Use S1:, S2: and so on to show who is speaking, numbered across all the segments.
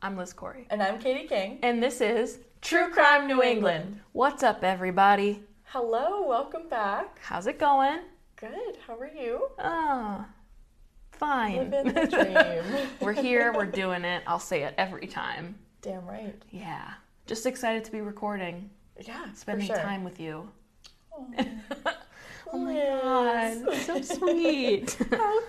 S1: Phyllis Corey.
S2: And I'm Katie King.
S1: And this is
S2: True Crime New England.
S1: What's Up, everybody?
S2: Hello, welcome back.
S1: How's it going?
S2: Good, how are you?
S1: Oh, fine.
S2: Living the dream.
S1: we're here, we're doing it. I'll say it every time.
S2: Damn right.
S1: Yeah. Just excited to be recording,
S2: Yeah,
S1: spending
S2: for sure.
S1: time with you.
S2: Oh,
S1: Oh my
S2: Liz.
S1: god, so sweet.
S2: How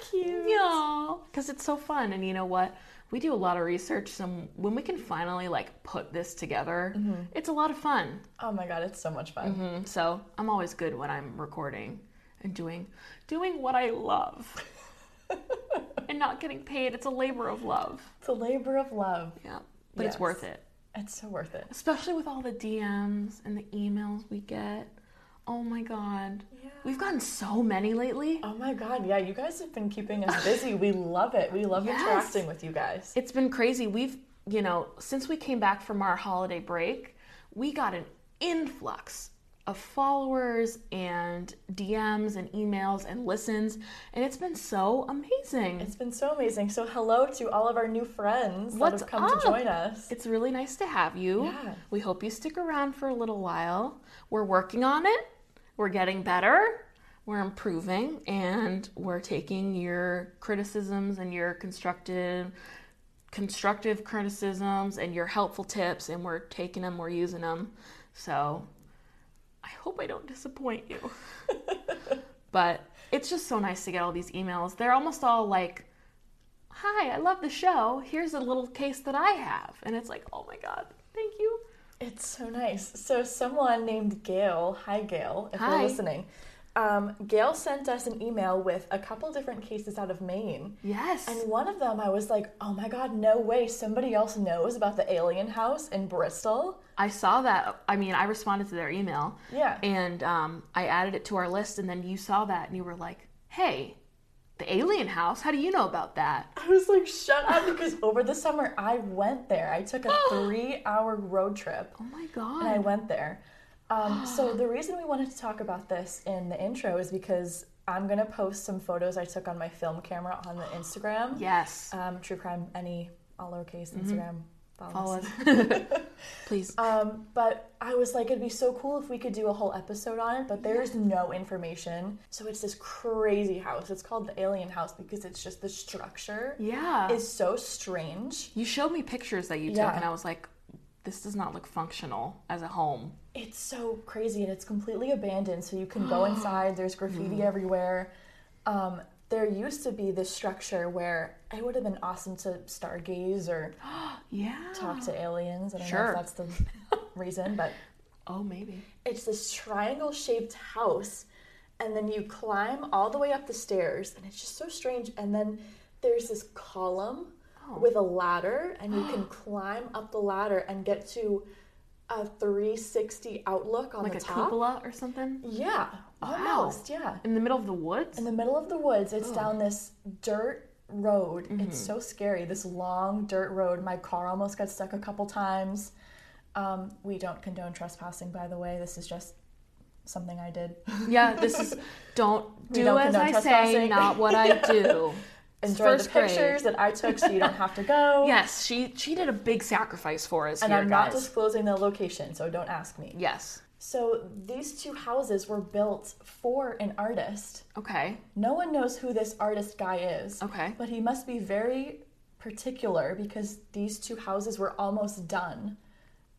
S2: cute.
S1: Y'all, because it's so fun, and you know what? We do a lot of research, and when we can finally like put this together,
S2: Mm-hmm.
S1: it's a lot of fun.
S2: Oh my god, it's so much fun.
S1: Mm, So I'm always good when I'm recording and doing doing what I love and not getting paid. It's a labor of love.
S2: It's a labor of love.
S1: Yeah, but it's
S2: Yes.
S1: worth it,
S2: It's so worth it.
S1: especially with all the DMs and the emails we get. Oh my god,
S2: Yeah.
S1: we've gotten so many lately.
S2: Oh my god, yeah, you guys have been keeping us busy. We love it. We love
S1: Yes.
S2: interacting with you guys.
S1: It's been crazy. We've, you know, since we came back from our holiday break, we got an influx of followers and DMs and emails and listens, and it's been so amazing.
S2: It's been so amazing. So hello to all of our new friends
S1: What's
S2: that have come
S1: up?
S2: to join us.
S1: It's really nice to have you.
S2: Yeah.
S1: We hope you stick around for a little while. We're working on it. We're getting better. We're improving and we're taking your criticisms and your constructive constructive criticisms and your helpful tips and we're taking them, we're using them. So I hope I don't disappoint you. but it's just so nice to get all these emails. They're almost all like hi, I love the show. Here's a little case that I have. And it's like, oh my God, thank you.
S2: It's so nice. So someone named Gail, hi Gail, if
S1: Hi.
S2: you're listening. Um, Gail sent us an email with a couple different cases out of Maine.
S1: Yes.
S2: And one of them I was like, oh my god, no way, somebody else knows about the alien house in Bristol.
S1: I saw that. I mean, I responded to their email
S2: Yeah.
S1: and um, I added it to our list. And then you saw that and you were like, hey, the alien house, how do you know about that?
S2: I was like, shut up, because over the summer I went there. I took a three hour road trip.
S1: Oh my
S2: and I
S1: God.
S2: went there. Um, so the reason we wanted to talk about this in the intro is because I'm gonna post some photos I took on my film camera on the Instagram.
S1: yes.
S2: Um, true crime, any all lowercase Instagram. Follow,
S1: Mm-hmm. Follow
S2: us.
S1: us. Please.
S2: Um, but I was like, it'd be so cool if we could do a whole episode on it, but there's no information. So it's this crazy house. It's called the Alien House because it's just the structure
S1: yeah.
S2: is so strange.
S1: you showed me pictures that you took
S2: Yeah.
S1: and I was like, this does not look functional as a home.
S2: It's so crazy and it's completely abandoned, so you can go inside. There's graffiti everywhere. Um, there used to be this structure where it would have been awesome to stargaze or
S1: Yeah.
S2: talk to aliens. I don't
S1: Sure.
S2: know if that's the reason, but
S1: Oh, maybe.
S2: it's this triangle shaped house, and then you climb all the way up the stairs, and it's just so strange. And then there's this column
S1: Oh.
S2: with a ladder, and you can climb up the ladder and get to a 360 outlook on
S1: Like
S2: the
S1: a
S2: top.
S1: cupola or something?
S2: Yeah, almost. Yeah,
S1: In the middle of the woods?
S2: in the middle of the woods,
S1: Oh.
S2: it's down this dirt road.
S1: Mm-hmm.
S2: It's so scary. This long dirt road. My car almost got stuck a couple times. Um, we don't condone trespassing, by the way. This is just something I did.
S1: Yeah, this is don't do
S2: don't
S1: as
S2: condone
S1: I say,
S2: trespassing.
S1: not what I do. It's
S2: Enjoy the
S1: first grade.
S2: pictures that I took, so you don't have to go.
S1: Yes, she she did a big sacrifice for us
S2: and
S1: here,
S2: I'm
S1: guys.
S2: not disclosing the location, so don't ask me.
S1: Yes.
S2: So these two houses were built for an artist.
S1: Okay.
S2: No one knows who this artist guy is.
S1: Okay.
S2: But he must be very particular because these two houses were almost done.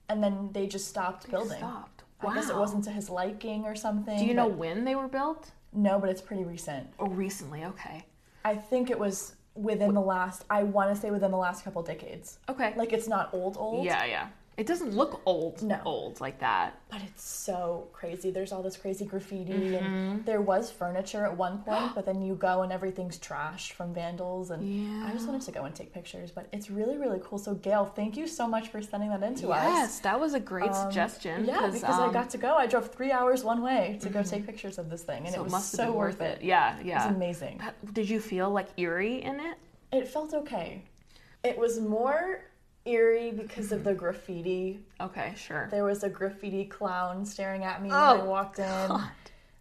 S2: And then they just stopped building.
S1: Stopped.
S2: I guess it
S1: Wow.
S2: wasn't to his liking or something.
S1: Do you know
S2: but-
S1: when they were built?
S2: No, but it's pretty recent.
S1: Oh, recently. Okay.
S2: I think it was within the last, I want to say within the last couple decades.
S1: Okay.
S2: Like it's not old, old,
S1: yeah, yeah. It doesn't look old,
S2: No.
S1: old like that.
S2: but it's so crazy. There's all this crazy graffiti,
S1: Mm-hmm.
S2: and there was furniture at one point, but then you go and everything's trashed from vandals. And I just wanted to go and take pictures, but it's really, really cool. So, Gail, thank you so much for sending that in to us.
S1: Yes, that was a great suggestion.
S2: Um, Yeah, because I
S1: um, Mm-hmm.
S2: got to go. I drove three hours one way to go take pictures of this thing, and
S1: so
S2: it was
S1: must
S2: so
S1: have been
S2: worth it.
S1: Yeah,
S2: It
S1: yeah.
S2: was amazing.
S1: Did you feel like eerie in it?
S2: It felt okay. It was more eerie because
S1: Mm-hmm.
S2: of the graffiti.
S1: Okay, sure.
S2: There was a graffiti clown staring at me
S1: Oh,
S2: when I walked in.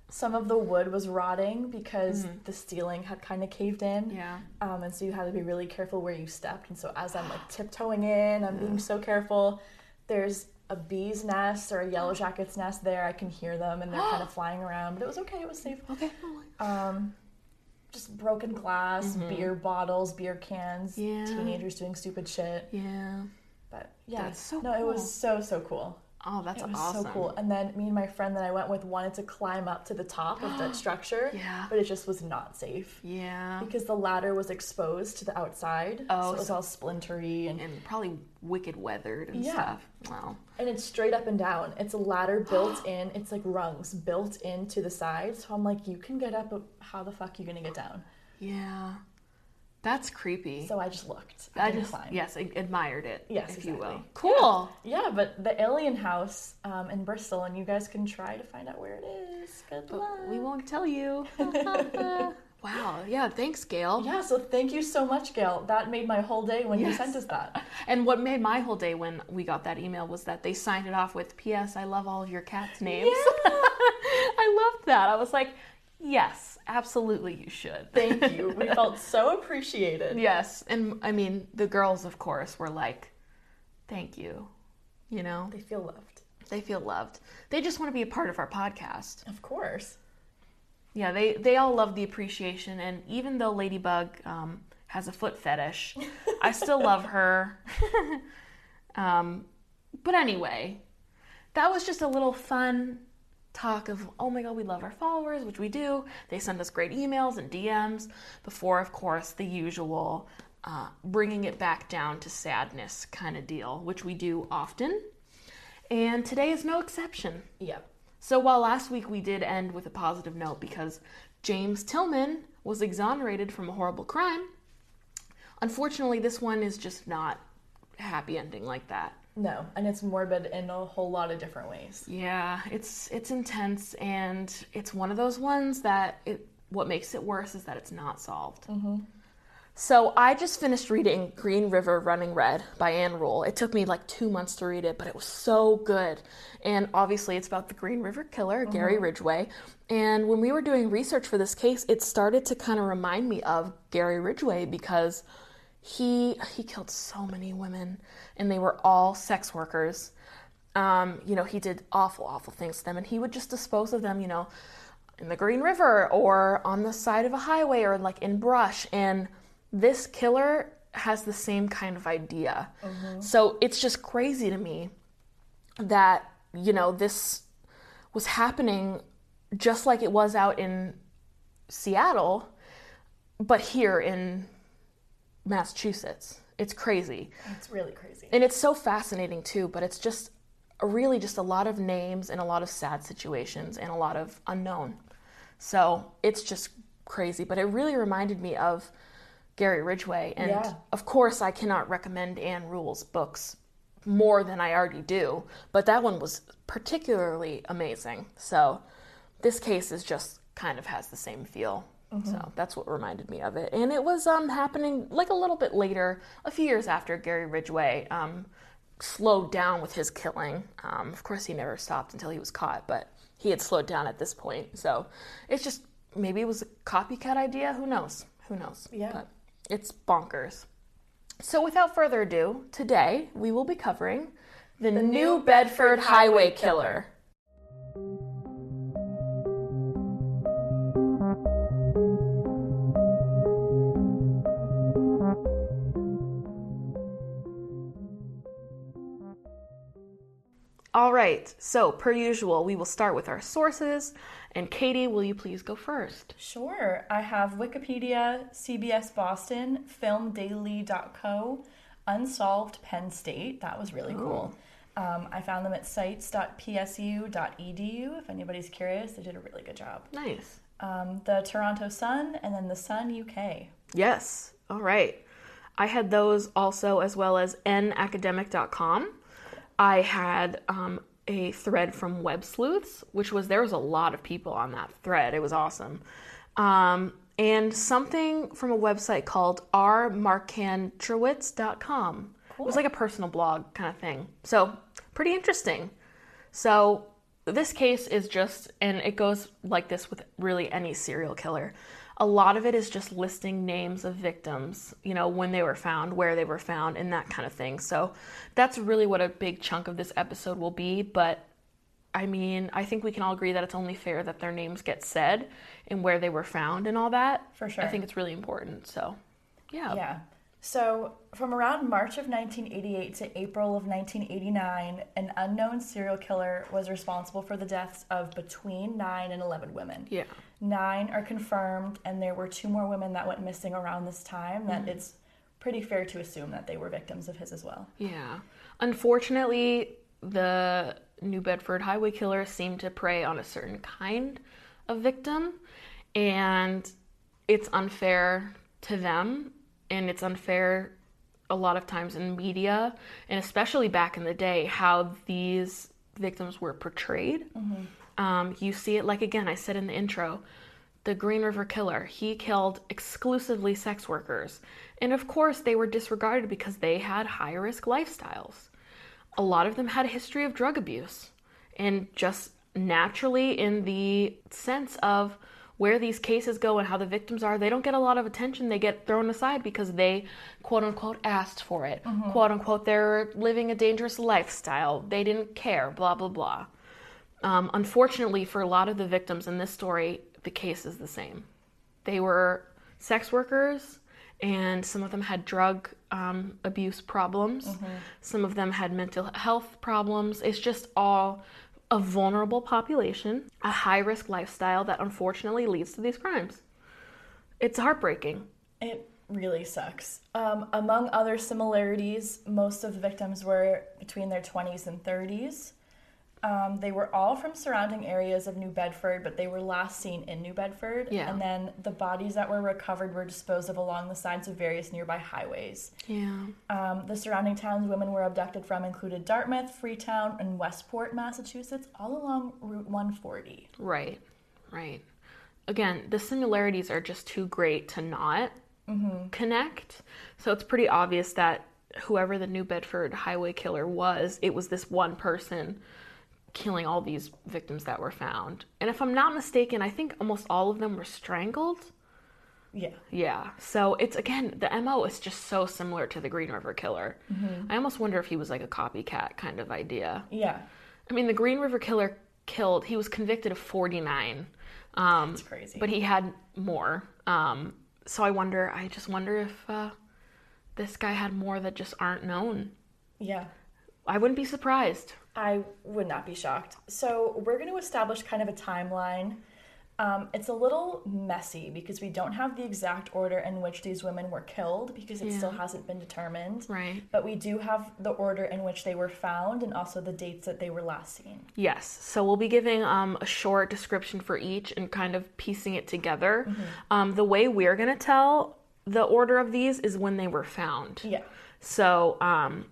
S2: Some of the wood was rotting because the ceiling had kind of caved in.
S1: Mm-hmm. Yeah.
S2: Um, and so you had to be really careful where you stepped. And so as I'm like tiptoeing in, I'm being so careful. There's a bee's nest or a yellow jacket's nest there. I can hear them and they're kind of flying around. But it was okay. It was safe.
S1: Okay.
S2: Um, just broken glass, beer bottles, beer cans,
S1: Mm-hmm. Yeah.
S2: teenagers doing stupid shit.
S1: Yeah.
S2: But yeah,
S1: That's so
S2: no, it
S1: cool.
S2: was so so cool.
S1: Oh, that's
S2: It was
S1: awesome.
S2: so cool. And then me and my friend that I went with wanted to climb up to the top of that structure,
S1: Yeah.
S2: but it just was not safe
S1: Yeah.
S2: because the ladder was exposed to the outside.
S1: Oh,
S2: so it was
S1: so-
S2: all splintery and
S1: And probably wicked weathered and
S2: Yeah.
S1: stuff. Wow.
S2: and it's straight up and down. It's a ladder built in. It's like rungs built into the side. So I'm like, you can get up, but how the fuck you gonna get down?
S1: Yeah. That's creepy.
S2: So I just looked.
S1: I
S2: didn't
S1: just
S2: climb.
S1: yes, I admired it.
S2: Yes,
S1: if you will.
S2: exactly.
S1: Cool.
S2: Yeah, but the Alien House um, in Bristol, and you guys can try to find out where it is. Good luck.
S1: But we won't tell you. wow. Yeah. Thanks, Gail.
S2: Yeah, so thank you so much, Gail. That made my whole day when you
S1: Yes.
S2: sent us that.
S1: And what made my whole day when we got that email was that they signed it off with P.S. I love all of your cats' names. I loved that. I was like, yes, absolutely, you should.
S2: Thank you. We felt so appreciated.
S1: yes, and I mean the girls, of course, were like, thank you. You know,
S2: They feel loved.
S1: they feel loved. They just want to be a part of our podcast.
S2: Of course.
S1: Yeah, they they all love the appreciation, and even though Ladybug um, has a foot fetish, I still love her. um, but anyway, that was just a little fun talk of oh my god, we love our followers, which we do. They send us great emails and DMs. Before, of course, the usual uh, bringing it back down to sadness kind of deal, which we do often, and today is no exception.
S2: Yep.
S1: So while last week we did end with a positive note because James Tillman was exonerated from a horrible crime, unfortunately this one is just not a happy ending like that.
S2: No, and it's morbid in a whole lot of different ways.
S1: Yeah, it's it's intense and it's one of those ones that it what makes it worse is that it's not solved. So I just finished reading Green River Running Red by Anne Rule. It took me like two months to read it, but it was so good. And obviously, it's about the Green River Killer, Gary Ridgway. And when we were doing research for this case, it started to kind of remind me of Gary Ridgway because he he killed so many women, and they were all sex workers. Um, you know, he did awful, awful things to them, and he would just dispose of them. You know. In the Green River, or on the side of a highway, or like in brush, and this killer has the same kind of idea. So it's just crazy to me that, you know, this was happening just like it was out in Seattle, but here in Massachusetts. It's crazy.
S2: It's really crazy.
S1: And it's so fascinating too, but it's just really just a lot of names and a lot of sad situations and a lot of unknown. So it's just crazy, but it really reminded me of Gary Ridgway. And
S2: Yeah.
S1: of course, I cannot recommend Anne Rule's books more than I already do, but that one was particularly amazing. So this case is just kind of has the same feel. So that's what reminded me of it. And it was um, happening like a little bit later, a few years after Gary Ridgway um, slowed down with his killing. Um, of course, he never stopped until he was caught, but he had slowed down at this point. So it's just maybe it was a copycat idea. Who knows? Who knows?
S2: Yeah.
S1: But it's bonkers. So without further ado, today we will be covering the, New Bedford Highway Killer. All right, so per usual, we will start with our sources. And Katie, will you please go first?
S2: Sure. I have Wikipedia, CBS Boston, FilmDaily.co, Unsolved Penn State. That was really cool. Um, I found them at sites.psu.edu E if anybody's curious. They did a really good job.
S1: Nice.
S2: Um, the Toronto Sun and then the Sun UK.
S1: Yes. All right. I had those also, as well as nacademic.com. I had um, a thread from Web Sleuths, which was there was a lot of people on that thread. It was awesome. Um, and something from a website called rmarkantrowitz.com. It was like a personal blog kind of thing. So, pretty interesting. So, this case is just, and it goes like this with really any serial killer. A lot of it is just listing names of victims, you know, when they were found, where they were found, and that kind of thing. So that's really what a big chunk of this episode will be. But I mean, I think we can all agree that it's only fair that their names get said and where they were found and all that.
S2: For sure.
S1: I think it's really important. So, yeah.
S2: Yeah. So, from around March of 1988 to April of 1989, an unknown serial killer was responsible for the deaths of between 9 and 11 women.
S1: Yeah.
S2: Nine are confirmed, and there were two more women that went missing around this time that it's pretty fair to assume that they were victims of his as well.
S1: Yeah. Unfortunately, the New Bedford highway killer seemed to prey on a certain kind of victim, and it's unfair to them, and it's unfair a lot of times in media, and especially back in the day, how these victims were portrayed. Um, you see it, like again, I said in the intro, the Green River Killer. He killed exclusively sex workers. And of course, they were disregarded because they had high risk lifestyles a lot of them had a history of drug abuse and just naturally in the sense of where these cases go and how the victims are they don't get a lot of attention they get thrown aside because they quote unquote asked for it quote unquote they're living a dangerous lifestyle they didn't care blah blah blah um, unfortunately for a lot of the victims in this story the case is the same they were sex workers and some of them had drug um, abuse problems some of them had mental health problems it's just all a vulnerable population a high risk lifestyle that unfortunately leads to these crimes it's heartbreaking
S2: It really sucks. Um, among other similarities, most of the victims were between their 20s and 30s. Um, they were all from surrounding areas of New Bedford, but they were last seen in New Bedford.
S1: Yeah.
S2: And then the bodies that were recovered were disposed of along the sides of various nearby highways.
S1: yeah
S2: Um, the surrounding towns women were abducted from included Dartmouth, Freetown, and Westport, Massachusetts, all along Route 140.
S1: Right, right. Again, the similarities are just too great to not connect. So it's pretty obvious that whoever the New Bedford highway killer was, it was this one person killing all these victims that were found. And if I'm not mistaken, I think almost all of them were strangled.
S2: Yeah.
S1: Yeah. So it's again, the MO is just so similar to the Green River killer. I almost wonder if he was like a copycat kind of idea.
S2: Yeah.
S1: I mean, the Green River Killer killed. He was convicted of 49. Um,
S2: It's crazy.
S1: But he had more. Um, so I wonder. I just wonder if uh, this guy had more that just aren't known.
S2: Yeah.
S1: I wouldn't be surprised.
S2: I would not be shocked. So, we're going to establish kind of a timeline. Um, it's a little messy because we don't have the exact order in which these women were killed because it
S1: Yeah.
S2: still hasn't been determined.
S1: Right.
S2: But we do have the order in which they were found and also the dates that they were last seen.
S1: Yes. So we'll be giving um, a short description for each and kind of piecing it together. Um, the way we're gonna tell the order of these is when they were found.
S2: Yeah.
S1: So, um,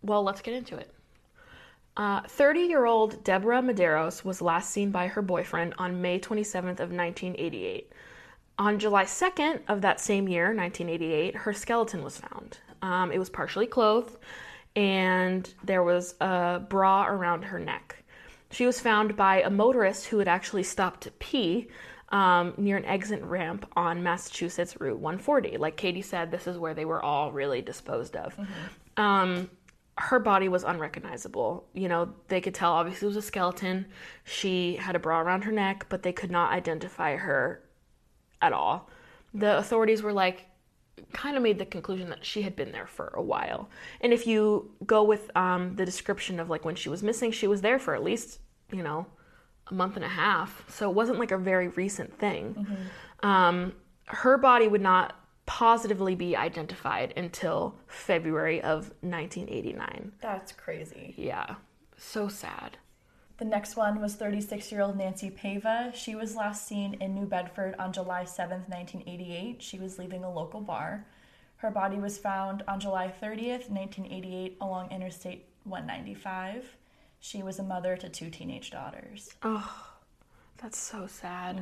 S1: well, let's get into it. 30 year old Deborah Medeiros was last seen by her boyfriend on May 27th of 1988. On July 2nd of that same year, 1988, her skeleton was found. Um, it was partially clothed, and there was a bra around her neck. She was found by a motorist who had actually stopped to pee um, near an exit ramp on Massachusetts Route 140. Like Katie said, this is where they were all really disposed of. Um, her body was unrecognizable. You know, they could tell obviously it was a skeleton. She had a bra around her neck, but they could not identify her at all. The authorities were like, kind of made the conclusion that she had been there for a while. And if you go with um, the description of like when she was missing, she was there for at least, you know, a month and a half. So it wasn't like a very recent thing. Um, her body would not positively be identified until February of 1989.
S2: That's crazy.
S1: Yeah, so sad.
S2: The next one was 36 year old Nancy Pava. She was last seen in New Bedford on July 7th, 1988. She was leaving a local bar. Her body was found on July 30th, 1988, along Interstate 195. She was a mother to two teenage daughters.
S1: Oh, That's so sad.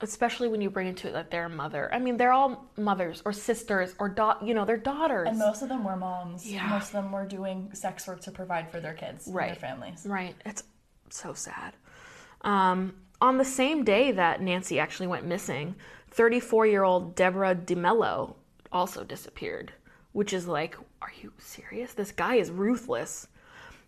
S1: Especially when you bring into it that they're a mother. I mean, they're all mothers or sisters or da- you know, they're daughters.
S2: And most of them were moms.
S1: Yeah.
S2: Most of them were doing sex work to provide for their kids and
S1: Right.
S2: their families.
S1: Right. It's so sad. Um, on the same day that Nancy actually went missing, 34 year old Deborah DiMello also disappeared, which is like, are you serious? This guy is ruthless.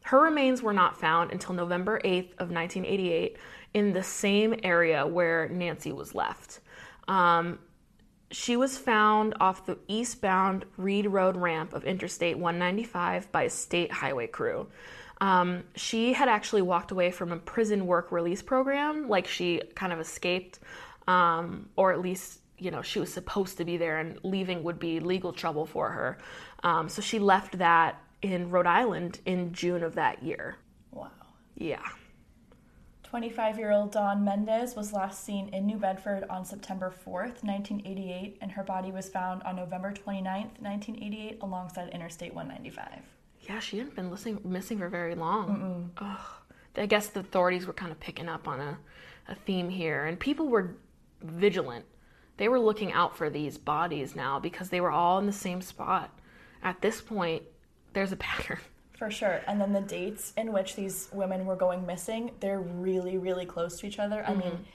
S1: Her remains were not found until November 8th of 1988 in the same area where Nancy was left. Um, she was found off the eastbound Reed Road ramp of Interstate 195 by a state highway crew. Um, she had actually walked away from a prison work release program, like she kind of escaped, um, or at least, you know, she was supposed to be there and leaving would be legal trouble for her. Um, so she left that in Rhode Island in June of that year.
S2: Wow.
S1: Yeah.
S2: 25 year old Dawn Mendez was last seen in New Bedford on September 4th, 1988, and her body was found on November 29th, 1988, alongside Interstate 195.
S1: Yeah, she hadn't been missing, missing for very long. Ugh. I guess the authorities were kind of picking up on a, a theme here, and people were vigilant. They were looking out for these bodies now because they were all in the same spot. At this point, there's a pattern.
S2: For sure. And then the dates in which these women were going missing, they're really, really close to each other. I mean,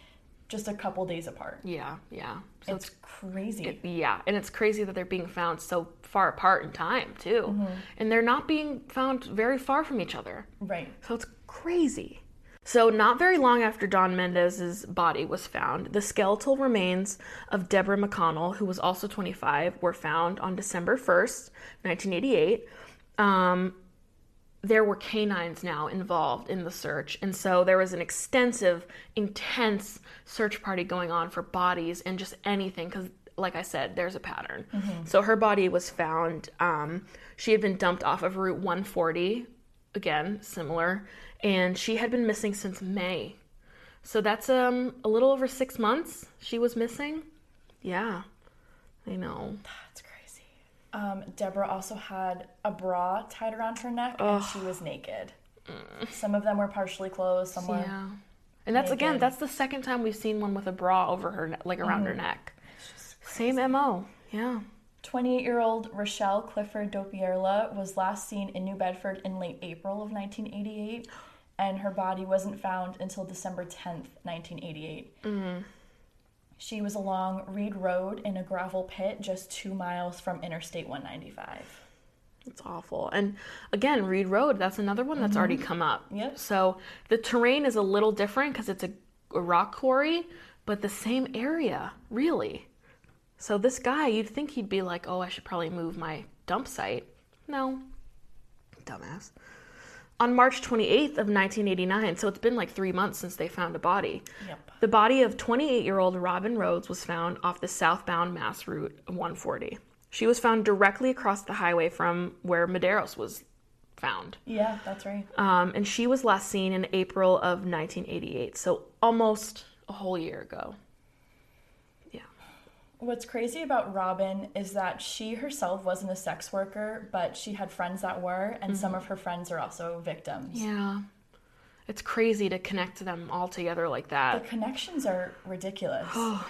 S2: just a couple days apart.
S1: Yeah, yeah. So
S2: it's crazy.
S1: Yeah, and it's crazy that they're being found so far apart in time, too. And they're not being found very far from each other.
S2: right.
S1: So it's crazy. So, not very long after Don Mendez's body was found, the skeletal remains of Deborah McConnell, who was also 25, were found on December 1st, 1988. Um, there were canines now involved in the search, and so there was an extensive, intense search party going on for bodies and just anything because. Like I said, there's a pattern. So her body was found. Um, she had been dumped off of Route 140, again similar, and she had been missing since May. So that's um a little over six months she was missing. Yeah, I know.
S2: That's crazy. Um, Deborah also had a bra tied around her neck and she was naked. Some of them were partially closed, some were.
S1: Yeah, and that's again that's the second time we've seen one with a bra over her ne- like around her neck. Same mo. Yeah.
S2: 28 year old Rochelle Clifford Dopierla was last seen in New Bedford in late April of 1988, and her body wasn't found until December 10th, 1988. She was along Reed Road in a gravel pit just two miles from Interstate 195.
S1: It's awful. And again, Reed Road, that's another one that's already come up.
S2: Yep.
S1: So the terrain is a little different because it's a, a rock quarry, but the same area, really. So this guy, you'd think he'd be like, oh, I should probably move my dump site. No. Dumbass. On March 28th of 1989, so it's been like three months since they found a body.
S2: Yep.
S1: The body of 28 year old Robin Rhodes was found off the southbound Mass Route 140. She was found directly across the highway from where Medeiros was found.
S2: Yeah, that's right.
S1: Um, and she was last seen in April of 1988, so almost a whole year ago. Yeah.
S2: What's crazy about Robin is that she herself wasn't a sex worker, but she had friends that were, and some of her friends are also victims.
S1: Yeah. It's crazy to connect them all together like
S2: The
S1: that.
S2: connections are ridiculous. Oh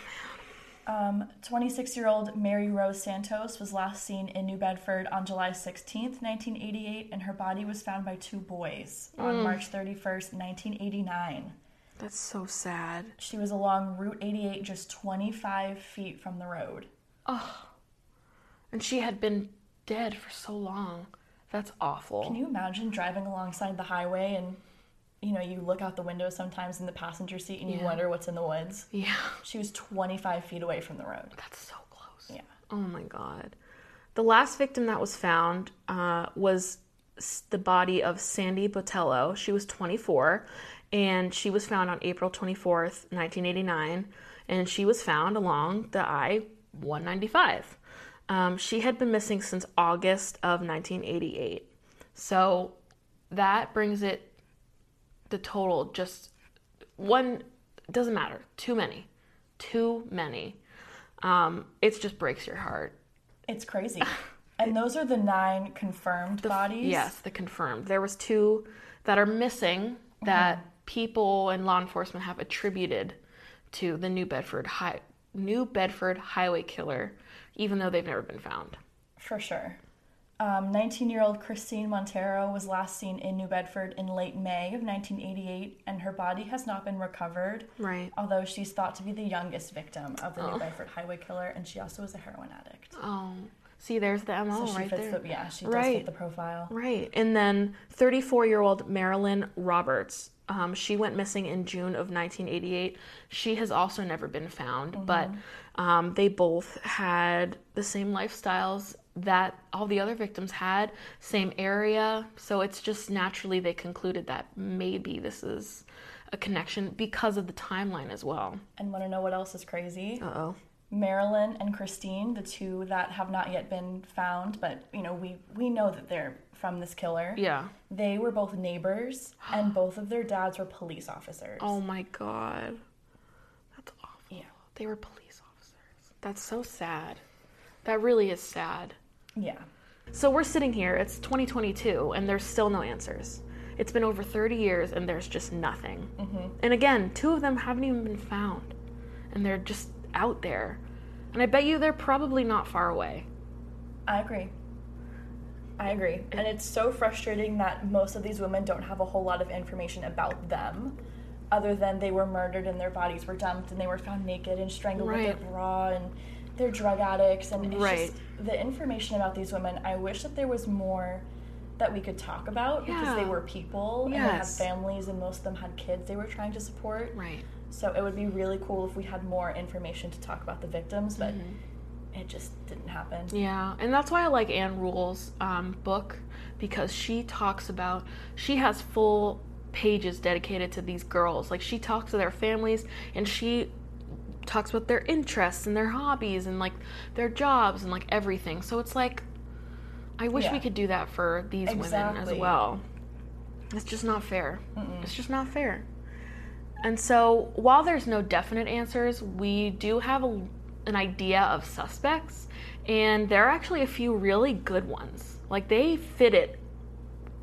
S2: man. 26 year old Mary Rose Santos was last seen in New Bedford on July 16th, 1988, and her body was found by two boys on March 31st, 1989.
S1: That's so sad.
S2: She was along Route 88, just 25 feet from the road.
S1: And she had been dead for so long. That's awful.
S2: Can you imagine driving alongside the highway and you know, you look out the window sometimes in the passenger seat and you wonder what's in the woods?
S1: yeah.
S2: She was 25 feet away from the road.
S1: That's so close.
S2: Yeah.
S1: Oh my God. The last victim that was found uh, was s- the body of Sandy Botello. She was 24 and she was found on April 24th, 1989. And she was found along the I 195. Um, she had been missing since August of 1988. So that brings it the total just one doesn't matter too many too many um it just breaks your heart
S2: It's crazy. And those are the nine confirmed bodies.
S1: yes the confirmed there was two that are missing that
S2: Mm-hmm.
S1: people and law enforcement have attributed to the new bedford high new bedford highway killer even though they've never been found
S2: For sure. Um, 19-year-old Christine Montero was last seen in New Bedford in late May of 1988, and her body has not been recovered.
S1: Right.
S2: Although she's thought to be the youngest victim of the New Bedford highway killer, and she also was a heroin addict.
S1: Oh, see, there's the MO
S2: so she
S1: Oh, right
S2: fits
S1: there.
S2: the yeah, she does
S1: Right.
S2: fit the profile.
S1: Right. And then 34 year old Marilyn Roberts. Um, she went missing in June of 1988. She has also never been found, but um, they both had the same lifestyles that all the other victims had, same area. So it's just naturally they concluded that maybe this is a connection because of the timeline as well.
S2: And want to know what else is crazy?
S1: Uh oh.
S2: Marilyn and Christine, the two that have not yet been found, but you know we we know that they're from this killer.
S1: Yeah.
S2: They were both neighbors, and both of their dads were police officers.
S1: Oh my God. That's awful.
S2: Yeah.
S1: They were police officers. That's so sad. That really is sad.
S2: Yeah.
S1: So we're sitting here, it's 2022, and there's still no answers. It's been over 30 years, and there's just nothing. And again, two of them haven't even been found, and they're just out there. And I bet you they're probably not far away.
S2: I agree. I agree. And it's so frustrating that most of these women don't have a whole lot of information about them other than they were murdered and their bodies were dumped and they were found naked and strangled with
S1: Right.
S2: their bra and they're drug addicts and it's
S1: Right.
S2: just the information about these women I wish that there was more that we could talk about because they
S1: Yeah.
S2: were people and they had
S1: Yes.
S2: families and most of them had kids they were trying to support.
S1: Right.
S2: So it would be really cool if we had more information to talk about the victims, but
S1: Mm-hmm.
S2: it just didn't happen.
S1: Yeah, and that's why I like Anne Rule's um, book because she talks about she has full pages dedicated to these girls. Like she talks to their families and she talks about their interests and their hobbies and like their jobs and like everything. So it's like I wish we
S2: Yeah.
S1: could do that for these women as
S2: Exactly.
S1: well. It's just not fair. It's just not fair. And so, while there's no definite answers, we do have a, an idea of suspects, and there are actually a few really good ones. Like, they fit it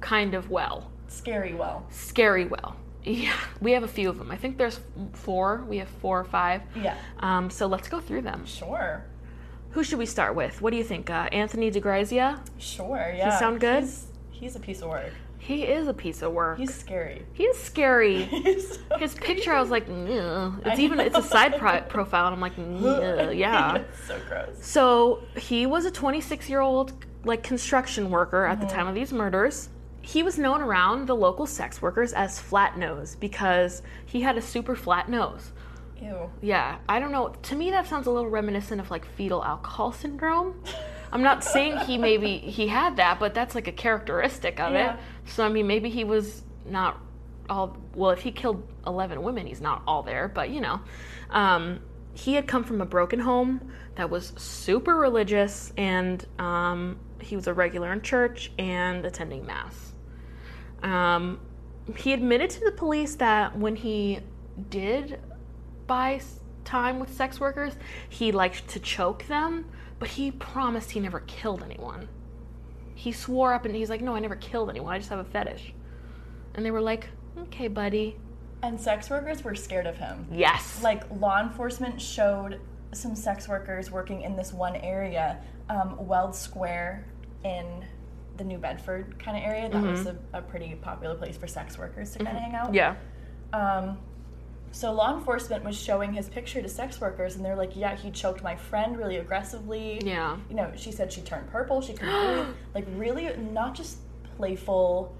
S1: kind of well,
S2: Scary well.
S1: scary well. Yeah, we have a few of them. I think there's four. We have four or five.
S2: Yeah,
S1: Um, so let's go through them.
S2: sure,
S1: Who should we start with? What do you think? Uh, Anthony DeGrazia?
S2: sure. Yeah,
S1: sound good?
S2: Uh, He's, he's a piece of work.
S1: He is a piece of work.
S2: He's scary.
S1: he is scary.
S2: He's so-
S1: His picture, I was like, "Ugh." it's
S2: I
S1: even it's a
S2: know.
S1: side pro- profile, and I'm like, "Ugh, yeah.
S2: It's so gross.
S1: So he was a 26 year old like construction worker at
S2: Uh-huh.
S1: the time of these murders. He was known around the local sex workers as Flat Nose because he had a super flat nose.
S2: Ew.
S1: Yeah, I don't know. To me, that sounds a little reminiscent of like fetal alcohol syndrome. I'm not saying he maybe he had that, but that's like a characteristic of
S2: Yeah.
S1: it. So I mean, maybe he was not all well. If he killed eleven women, he's not all there. But you know, um, he had come from a broken home that was super religious, and um, he was a regular in church and attending mass. Um, he admitted to the police that when he did buy s- time with sex workers, he liked to choke them, but he promised he never killed anyone. He swore up and he's like, No, I never killed anyone. I just have a fetish. And they were like, Okay, buddy.
S2: And sex workers were scared of him.
S1: Yes.
S2: Like law enforcement showed some sex workers working in this one area, um, Weld Square, in the New Bedford kind of area. That was a,
S1: Mm-hmm.
S2: a pretty popular place for sex workers to kind of hang out.
S1: yeah.
S2: Um, so law enforcement was showing his picture to sex workers, and they're like, "Yeah, he choked my friend really aggressively.
S1: Yeah.
S2: you know, she said she turned purple. She couldn't breathe. Like, really, not just playful,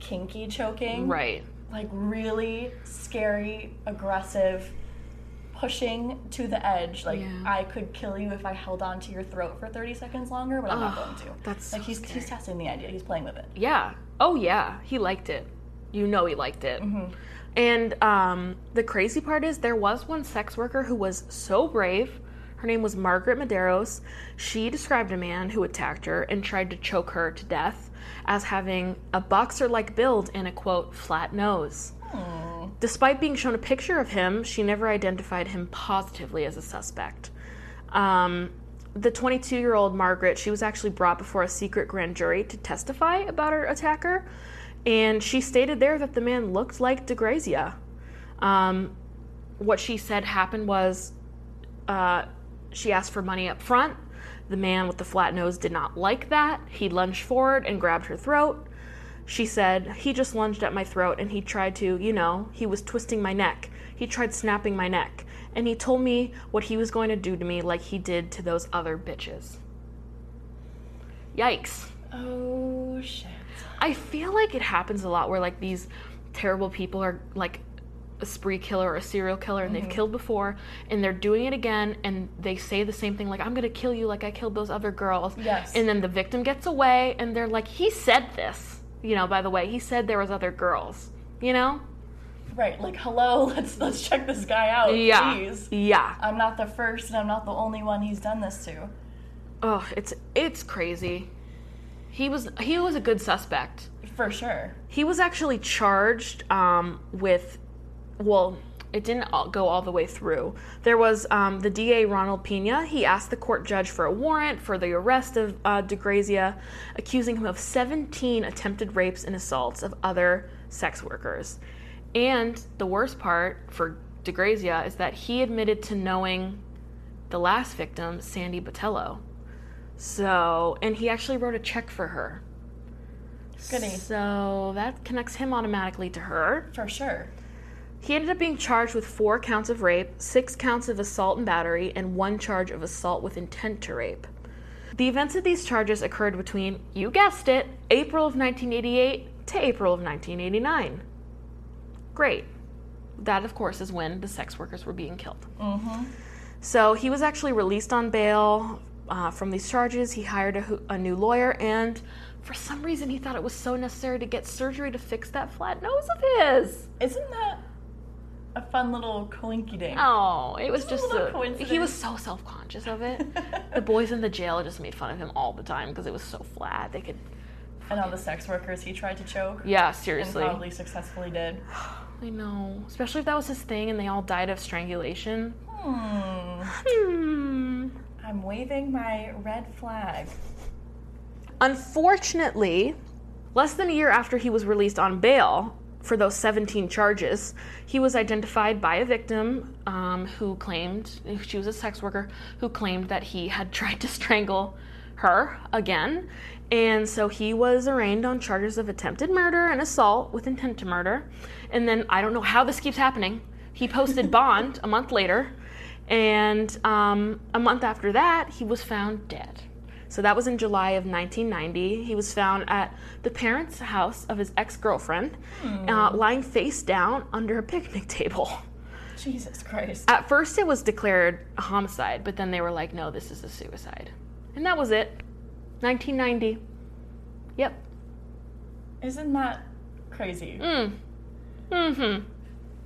S2: kinky choking.
S1: mm-hmm. Right.
S2: Like, really scary, aggressive, pushing to the edge. Like,
S1: Yeah.
S2: I could kill you if I held on to your throat for thirty seconds longer, but I'm not
S1: Ugh,
S2: going to.
S1: that's
S2: like
S1: so
S2: he's he's testing the idea. He's playing with it.
S1: Yeah. Oh, yeah. He liked it. You know, he liked it. And um, the crazy part is, there was one sex worker who was so brave. Her name was Margaret Maderos. She described a man who attacked her and tried to choke her to death as having a boxer like build and a quote, flat nose. Despite being shown a picture of him, she never identified him positively as a suspect. Um, the 22 year old Margaret, she was actually brought before a secret grand jury to testify about her attacker, and she stated there that the man looked like DeGrazia. Um, what she said happened was uh, she asked for money up front. The man with the flat nose did not like that. He lunged forward and grabbed her throat. She said, He just lunged at my throat and he tried to, you know, he was twisting my neck. He tried snapping my neck. And he told me what he was going to do to me like he did to those other bitches. Yikes.
S2: Oh shit.
S1: I feel like it happens a lot where like these terrible people are like a spree killer or a serial killer and they've killed before and they're doing it again and they say the same thing like I'm going to kill you like I killed those other girls.
S2: Yes.
S1: And then the victim gets away and they're like he said this. You know, by the way, he said there was other girls. You know?
S2: Right. Like, hello. Let's let's check this guy out.
S1: Yeah.
S2: Please.
S1: Yeah.
S2: I'm not the first, and I'm not the only one he's done this to.
S1: Oh, it's it's crazy. He was he was a good suspect.
S2: For sure.
S1: He was actually charged um, with, well, it didn't all, go all the way through. There was um, the DA Ronald Pena. He asked the court judge for a warrant for the arrest of uh, DeGrazia, accusing him of 17 attempted rapes and assaults of other sex workers. And the worst part for DeGrazia is that he admitted to knowing the last victim, Sandy Botello. So, and he actually wrote a check for her.
S2: Goody.
S1: So that connects him automatically to her.
S2: For sure.
S1: He ended up being charged with four counts of rape, six counts of assault and battery, and one charge of assault with intent to rape. The events of these charges occurred between, you guessed it, April of 1988 to April of 1989. Great. That, of course, is when the sex workers were being killed. So he was actually released on bail uh, from these charges. He hired a, ho- a new lawyer, and for some reason, he thought it was so necessary to get surgery to fix that flat nose of his.
S2: Isn't that a fun little coinky ding?
S1: Oh, it was just
S2: little
S1: a-
S2: coincidence.
S1: he was so self conscious of it. Ah. the boys in the jail just made fun of him all the time because it was so flat. They could,
S2: And all the sex workers he tried to choke
S1: yeah,
S2: and
S1: seriously.
S2: probably successfully did.
S1: I know, especially if that was his thing and they all died of strangulation.
S2: Hmm.
S1: Hmm.
S2: I'm waving my red flag.
S1: Unfortunately, less than a year after he was released on bail for those 17 charges, he was identified by a victim um, who claimed she was a sex worker who claimed that he had tried to strangle her again. And so he was arraigned on charges of attempted murder and assault with intent to murder. And then I don't know how this keeps happening. He posted bond a month later. And um, a month after that, he was found dead. So that was in July of 1990. He was found at the parents' house of his ex girlfriend, uh, lying face down under a picnic table.
S2: Jesus Christ.
S1: At first, it was declared a homicide, but then they were like, no, this is a suicide. And that was it. 1990. Yep.
S2: Isn't that crazy?
S1: Mm. Mm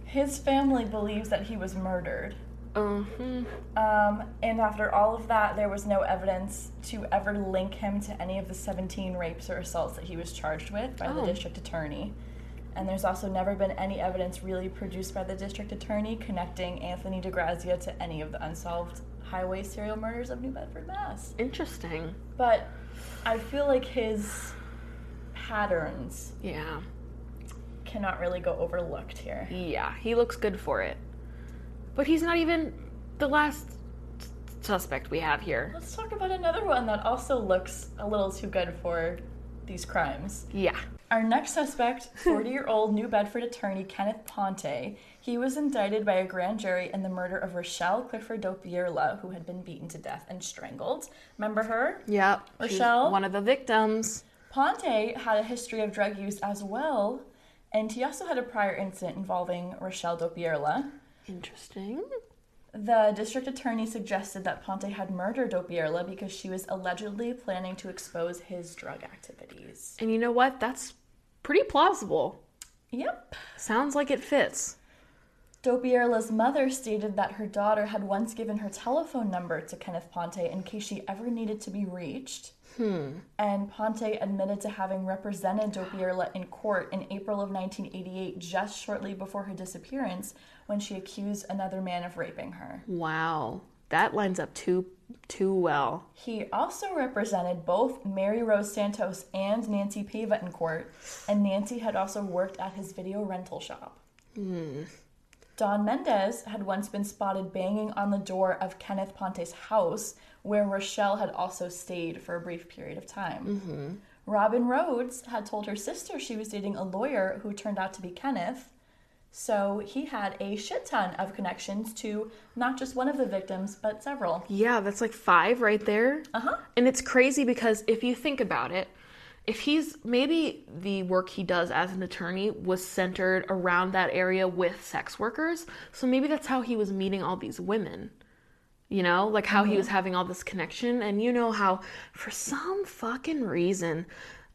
S2: His family believes that he was murdered.
S1: hmm. Mm-hmm.
S2: Um, and after all of that, there was no evidence to ever link him to any of the 17 rapes or assaults that he was charged with by
S1: Oh.
S2: the district attorney. And there's also never been any evidence really produced by the district attorney connecting Anthony DeGrazia to any of the unsolved highway serial murders of New Bedford, Mass.
S1: Interesting.
S2: But I feel like his patterns
S1: Yeah.
S2: cannot really go overlooked here.
S1: Yeah, he looks good for it. But he's not even the last s- suspect we have here.
S2: Let's talk about another one that also looks a little too good for these crimes.
S1: Yeah.
S2: Our next suspect, 40 year old New Bedford attorney Kenneth Ponte, he was indicted by a grand jury in the murder of Rochelle Clifford Dopierla, who had been beaten to death and strangled. Remember her?
S1: Yep. she's
S2: Rochelle?
S1: One of the victims.
S2: Ponte had a history of drug use as well, and he also had a prior incident involving Rochelle Dopierla.
S1: Interesting.
S2: The district attorney suggested that Ponte had murdered Dopierla because she was allegedly planning to expose his drug activities.
S1: And you know what? That's pretty plausible.
S2: Yep.
S1: Sounds like it fits.
S2: Dopierla's mother stated that her daughter had once given her telephone number to Kenneth Ponte in case she ever needed to be reached. And Ponte admitted to having represented Dopierla in court in April of 1988, just shortly before her disappearance, when she accused another man of raping her.
S1: Wow. That lines up too too well.
S2: He also represented both Mary Rose Santos and Nancy Pava in court, and Nancy had also worked at his video rental shop. Don Mendez had once been spotted banging on the door of Kenneth Ponte's house, where Rochelle had also stayed for a brief period of time. Robin Rhodes had told her sister she was dating a lawyer who turned out to be Kenneth. So he had a shit ton of connections to not just one of the victims, but several.
S1: Yeah, that's like five right there.
S2: Uh huh.
S1: And it's crazy because if you think about it, if he's maybe the work he does as an attorney was centered around that area with sex workers, so maybe that's how he was meeting all these women. You know, like how he was having all this connection, and you know how for some fucking reason,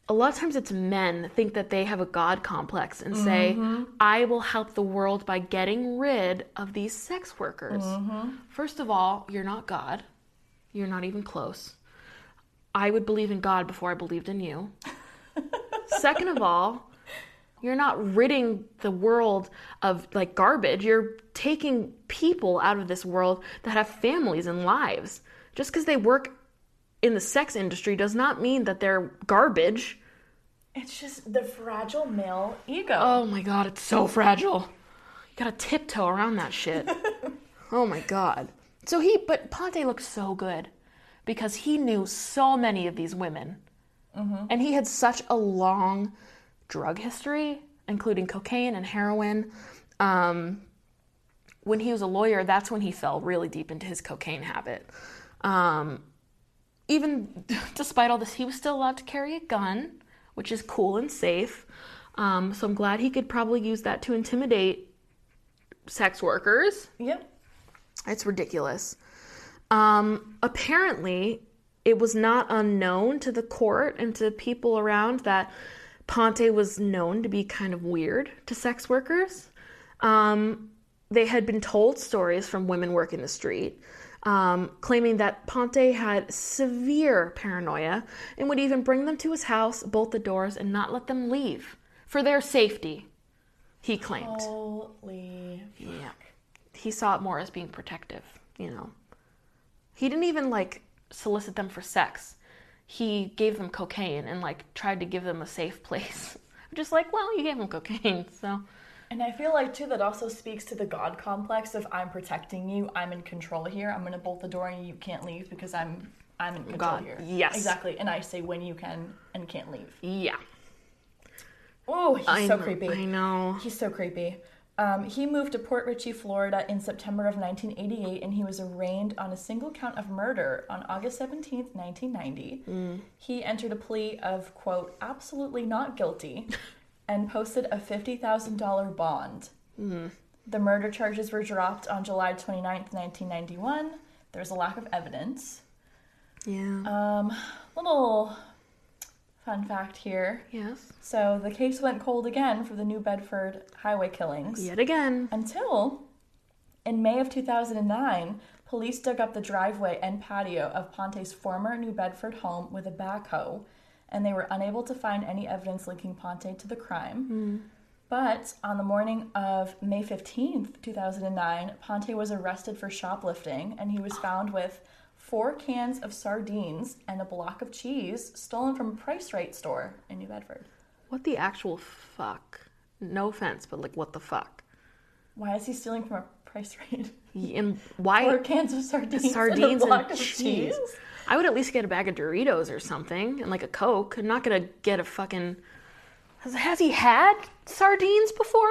S1: a lot of times it's men think that they have a god complex and say, I will help the world by getting rid of these sex workers. First of all, you're not God. You're not even close. I would believe in God before I believed in you. Second of all, you're not ridding the world of like garbage. You're taking people out of this world that have families and lives. Just because they work in the sex industry does not mean that they're garbage.
S2: It's just the fragile male ego.
S1: Oh my god, it's so fragile. You gotta tiptoe around that shit. oh my god. So he, but Ponte looked so good because he knew so many of these women. And he had such a long drug history, including cocaine and heroin. Um, when he was a lawyer, that's when he fell really deep into his cocaine habit. Um, even despite all this, he was still allowed to carry a gun, which is cool and safe. Um, so I'm glad he could probably use that to intimidate sex workers.
S2: Yep.
S1: It's ridiculous. Um, apparently, it was not unknown to the court and to people around that Ponte was known to be kind of weird to sex workers. Um, they had been told stories from women working the street, um, claiming that Ponte had severe paranoia and would even bring them to his house, bolt the doors, and not let them leave for their safety, he claimed.
S2: Holy.
S1: Yeah. He saw it more as being protective, you know. He didn't even like solicit them for sex. He gave them cocaine and like tried to give them a safe place. I'm just like, well, you gave them cocaine, so
S2: And I feel like, too, that also speaks to the God complex of I'm protecting you, I'm in control here, I'm going to bolt the door and you can't leave because I'm. I'm in control
S1: God,
S2: here.
S1: yes.
S2: Exactly. And I say when you can and can't leave.
S1: yeah.
S2: Oh, he's
S1: I
S2: so
S1: know,
S2: creepy.
S1: I know.
S2: He's so creepy. Um, he moved to Port Richey, Florida in September of 1988, and he was arraigned on a single count of murder on August 17th, 1990. He entered a plea of, quote, absolutely not guilty and posted a $50,000 bond. The murder charges were dropped on July 29th, 1991. There's a lack of evidence.
S1: Yeah.
S2: Um, little fun fact here.
S1: yes.
S2: So the case went cold again for the New Bedford highway killings
S1: Yet again.
S2: until in May of 2009, police dug up the driveway and patio of Ponte's former New Bedford home with a backhoe, and they were unable to find any evidence linking Ponte to the crime. But on the morning of May 15th, 2009, Ponte was arrested for shoplifting and he was found with four cans of sardines and a block of cheese stolen from a Price Right store in New Bedford.
S1: What the actual fuck? No offense, but like what the fuck?
S2: Why is he stealing from a Price Right?
S1: And why
S2: Four cans of sardines, and a
S1: sardines
S2: block
S1: and
S2: of
S1: cheese.
S2: cheese.
S1: I would at least get a bag of Doritos or something and like a Coke. I'm not gonna get a fucking. Has, has he had sardines before?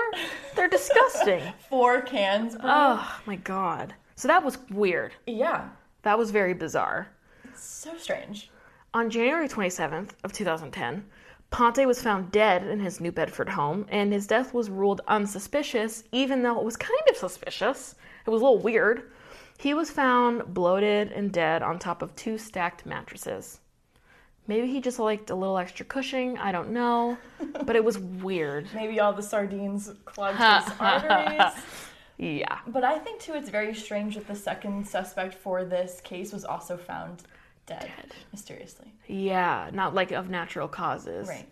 S1: They're disgusting.
S2: Four cans. bro.
S1: oh my god. So that was weird.
S2: yeah,
S1: That was very bizarre.
S2: so strange.
S1: On January 27th of 2010, Ponte was found dead in his New Bedford home, and his death was ruled unsuspicious, even though it was kind of suspicious. It was a little weird. He was found bloated and dead on top of two stacked mattresses. Maybe he just liked a little extra cushioning, I don't know, but it was weird.
S2: Maybe all the sardines clogged his arteries.
S1: Yeah.
S2: But I think too, it's very strange that the second suspect for this case was also found dead, mysteriously.
S1: Yeah, not like of natural causes.
S2: Right,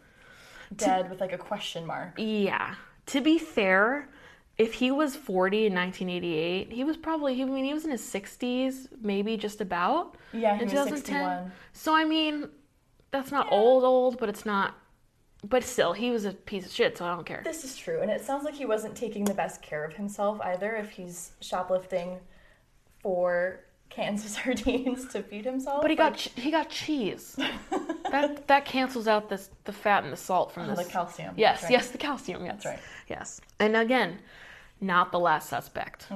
S2: dead with like a question mark.
S1: Yeah. To be fair, if he was 40 in 1988, he was probably, he- I mean, he was in his 60s, maybe just about.
S2: Yeah, he
S1: in
S2: was
S1: 2010.
S2: 61.
S1: So, I mean, that's not old, old, but it's not But still, he was a piece of shit, so I don't care.
S2: This is true, and it sounds like he wasn't taking the best care of himself either if he's shoplifting for cans of sardines to feed himself.
S1: But he got ch- he got cheese. that that cancels out this the fat and the salt from
S2: Oh,
S1: this.
S2: the calcium,
S1: Yes,
S2: right.
S1: yes, the calcium. Yes,
S2: right.
S1: Yes, and again, not the last suspect.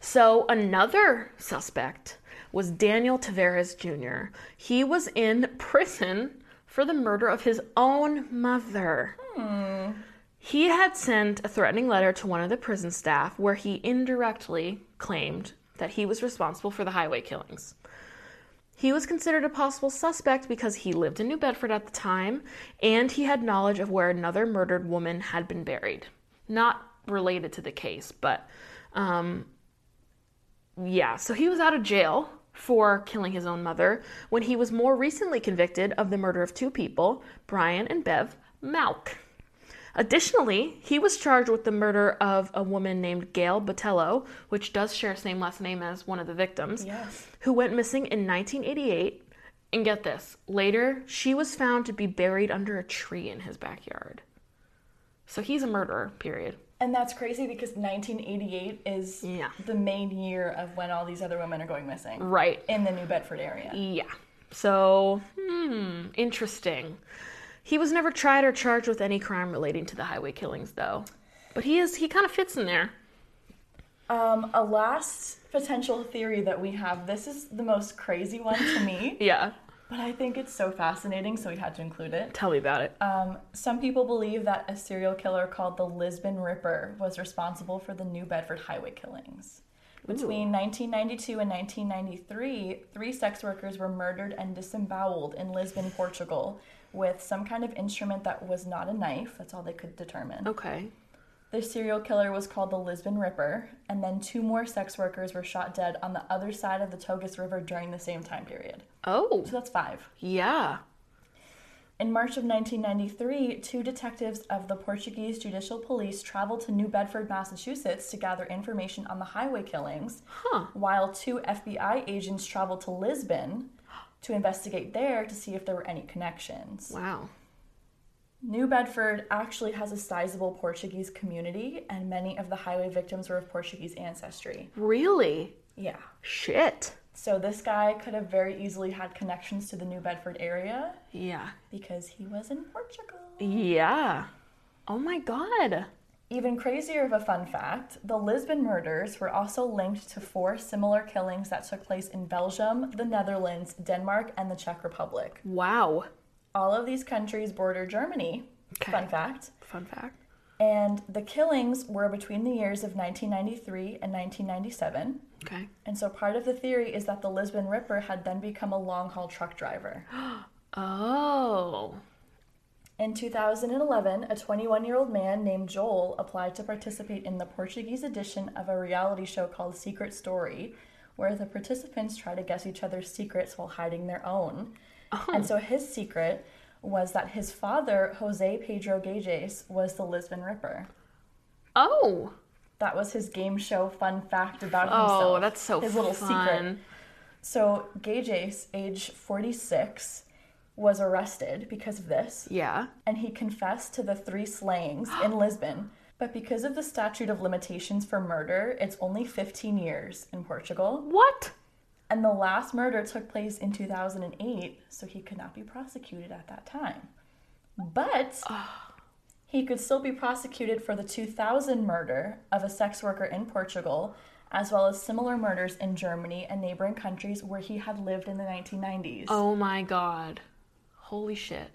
S1: So another suspect was Daniel Tavares Jr. He was in prison for the murder of his own mother.
S2: Hmm.
S1: He had sent a threatening letter to one of the prison staff where he indirectly claimed that he was responsible for the highway killings. He was considered a possible suspect because he lived in New Bedford at the time and he had knowledge of where another murdered woman had been buried. Not related to the case, but um, yeah, so he was out of jail for killing his own mother when he was more recently convicted of the murder of two people, Brian and Bev Malk. Additionally, he was charged with the murder of a woman named Gail Botello, which does share same last name as one of the victims
S2: Yes.
S1: who went missing in 1988. And get this later, she was found to be buried under a tree in his backyard. So he's a murderer, period.
S2: And that's crazy because 1988 is
S1: Yeah. Mm.
S2: the main year of when all these other women are going missing
S1: Right.
S2: in the New Bedford area.
S1: Yeah. So, hmm, interesting. He was never tried or charged with any crime relating to the highway killings, though. But he is, he kind of fits in there.
S2: Um, a last potential theory that we have this is the most crazy one to me,
S1: Yeah.
S2: but I think it's so fascinating, so we had to include it.
S1: Tell me about it.
S2: Um, some people believe that a serial killer called the Lisbon Ripper was responsible for the New Bedford highway killings. Between 1992 and 1993, three sex workers were murdered and disemboweled in Lisbon, Portugal, with some kind of instrument that was not a knife. That's all they could determine.
S1: Okay.
S2: The serial killer was called the Lisbon Ripper, and then two more sex workers were shot dead on the other side of the Togus River during the same time period.
S1: Oh,
S2: So that's five.
S1: yeah.
S2: In March of 1993, two detectives of the Portuguese Judicial Police traveled to New Bedford, Massachusetts to gather information on the highway killings,
S1: Huh.
S2: while two FBI agents traveled to Lisbon to investigate there to see if there were any connections.
S1: Wow.
S2: New Bedford actually has a sizable Portuguese community, and many of the highway victims were of Portuguese ancestry.
S1: Really?
S2: Yeah.
S1: Shit.
S2: So this guy could have very easily had connections to the New Bedford area
S1: Yeah.
S2: because he was in Portugal.
S1: Yeah. Oh my god.
S2: Even crazier of a fun fact the Lisbon murders were also linked to four similar killings that took place in Belgium, the Netherlands, Denmark, and the Czech Republic.
S1: Wow.
S2: All of these countries border Germany.
S1: Okay.
S2: Fun fact.
S1: Fun fact.
S2: And the killings were between the years of 1993 and 1997.
S1: Okay.
S2: And so part of the theory is that the Lisbon Ripper had then become a long haul truck driver.
S1: Oh.
S2: In 2011, a 21 year old man named Joel applied to participate in the Portuguese edition of a reality show called Secret Story, where the participants try to guess each other's secrets while hiding their own.
S1: Oh.
S2: And so his secret was that his father, Jose Pedro Gages, was the Lisbon Ripper.
S1: Oh.
S2: That was his game show fun fact about himself.
S1: Oh, that's so
S2: his little secret.
S1: fun.
S2: So Gages, age 46, was arrested because of this.
S1: Yeah.
S2: and he confessed to the three slayings in Lisbon. But because of the statute of limitations for murder, it's only 15 years in Portugal.
S1: What?
S2: And the last murder took place in 2008, so he could not be prosecuted at that time. But he could still be prosecuted for the 2000 murder of a sex worker in Portugal, as well as similar murders in Germany and neighboring countries where he had lived in the 1990s.
S1: Oh my god. Holy shit.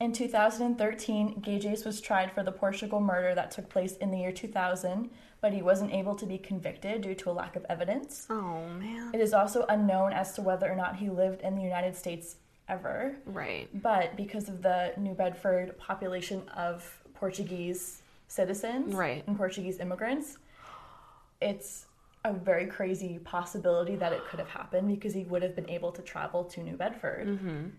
S2: In 2013, Gages was tried for the Portugal murder that took place in the year 2000, but he wasn't able to be convicted due to a lack of evidence.
S1: Oh man.
S2: It is also unknown as to whether or not he lived in the United States ever,
S1: Right.
S2: but because of the New Bedford population of Portuguese citizens
S1: Right.
S2: and Portuguese immigrants, it's a very crazy possibility that it could have happened because he would have been able to travel to New Bedford.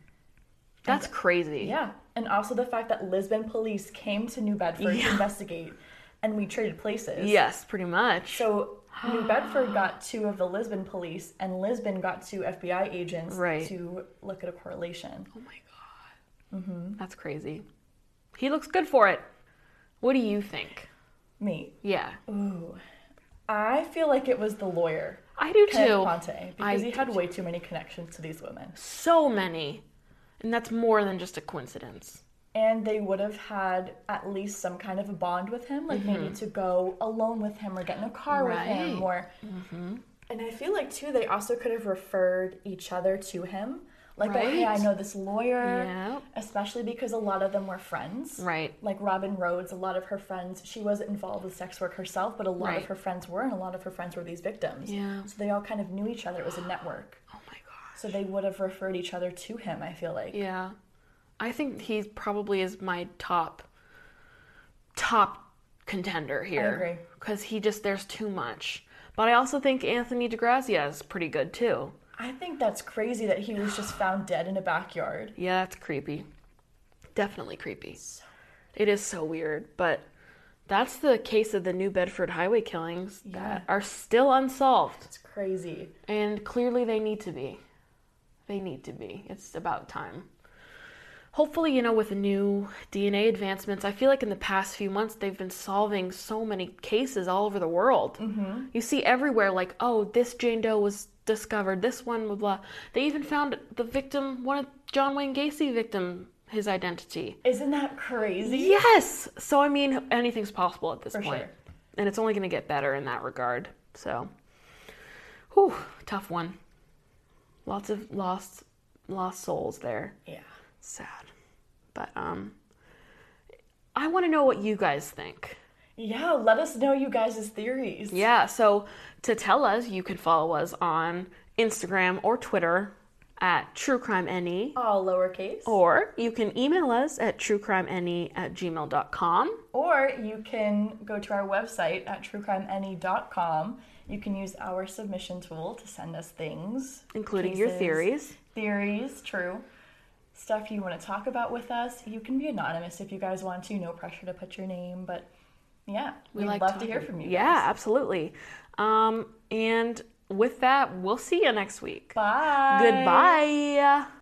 S1: That's crazy.
S2: Yeah, and also the fact that Lisbon police came to New Bedford to
S1: Yeah.
S2: investigate, and we traded places.
S1: Yes, pretty much.
S2: So New Bedford got two of the Lisbon police, and Lisbon got two FBI agents
S1: Right.
S2: to look at a correlation.
S1: oh my god. That's crazy. He looks good for it. What do you think?
S2: Me.
S1: Yeah,
S2: Ooh. I feel like it was the lawyer,
S1: I do
S2: Ted
S1: too.
S2: Ponte, because
S1: I
S2: he had way too many connections to these women.
S1: So many, and that's more than just a coincidence.
S2: And they would have had at least some kind of a bond with him, like maybe to go alone with him or get in a car with him
S1: Mm-hmm. Right. Mm-hmm.
S2: or. And I feel like too, they also could have referred each other to him. Like, oh, hey, I
S1: Right.
S2: know this lawyer.
S1: Yep.
S2: Especially because a lot of them were friends.
S1: Right.
S2: Like Robin Rhodes, a lot of her friends, she was involved with sex work herself, but a lot of
S1: Right.
S2: her friends were, and a lot of her friends were these victims.
S1: Yeah.
S2: So they all kind of knew each other. It was a network.
S1: Oh my god.
S2: So they would have referred each other to him, I feel like.
S1: Yeah, I think he probably is my top top contender here.
S2: agree.
S1: Because he just there's too much. But I also think Anthony DeGrazia is pretty good too.
S2: I think that's crazy that he was just found dead in a backyard.
S1: Yeah, that's creepy. Definitely creepy. it is so weird, but that's the case of the New Bedford highway killings that are still unsolved,
S2: It's crazy.
S1: and clearly they need to be. They need to be. It's about time. Hopefully, you know, with the new DNA advancements, I feel like in the past few months they've been solving so many cases all over the world. Mm-hmm. You see everywhere, like, oh, this Jane Doe was discovered, this one, blah, blah. They even found the victim, one of John Wayne Gacy victim, his identity.
S2: Isn't that crazy?
S1: Yes. So I mean, anything's possible at this
S2: For
S1: point,
S2: sure.
S1: and it's only going to get better in that regard. So, whew, tough one. Lots of lost, lost souls there.
S2: Yeah.
S1: Sad, but um, I want to know what you guys think.
S2: Yeah, let us know you guys' theories.
S1: Yeah. So to tell us, you can follow us on Instagram or Twitter at True Crime NE.
S2: All lowercase.
S1: Or you can email us at truecrimene at gmail.com.
S2: Or you can go to our website at truecrimene.com. You can use our submission tool to send us things,
S1: Including your
S2: cases,
S1: theories.
S2: Theories, true. Stuff you want to talk about with us. You can be anonymous if you guys want to. No pressure to put your name, but yeah, we would love to hear
S1: talking.
S2: from you.
S1: Yeah, absolutely. Um, and with that, we'll see you next week.
S2: Bye.
S1: Goodbye.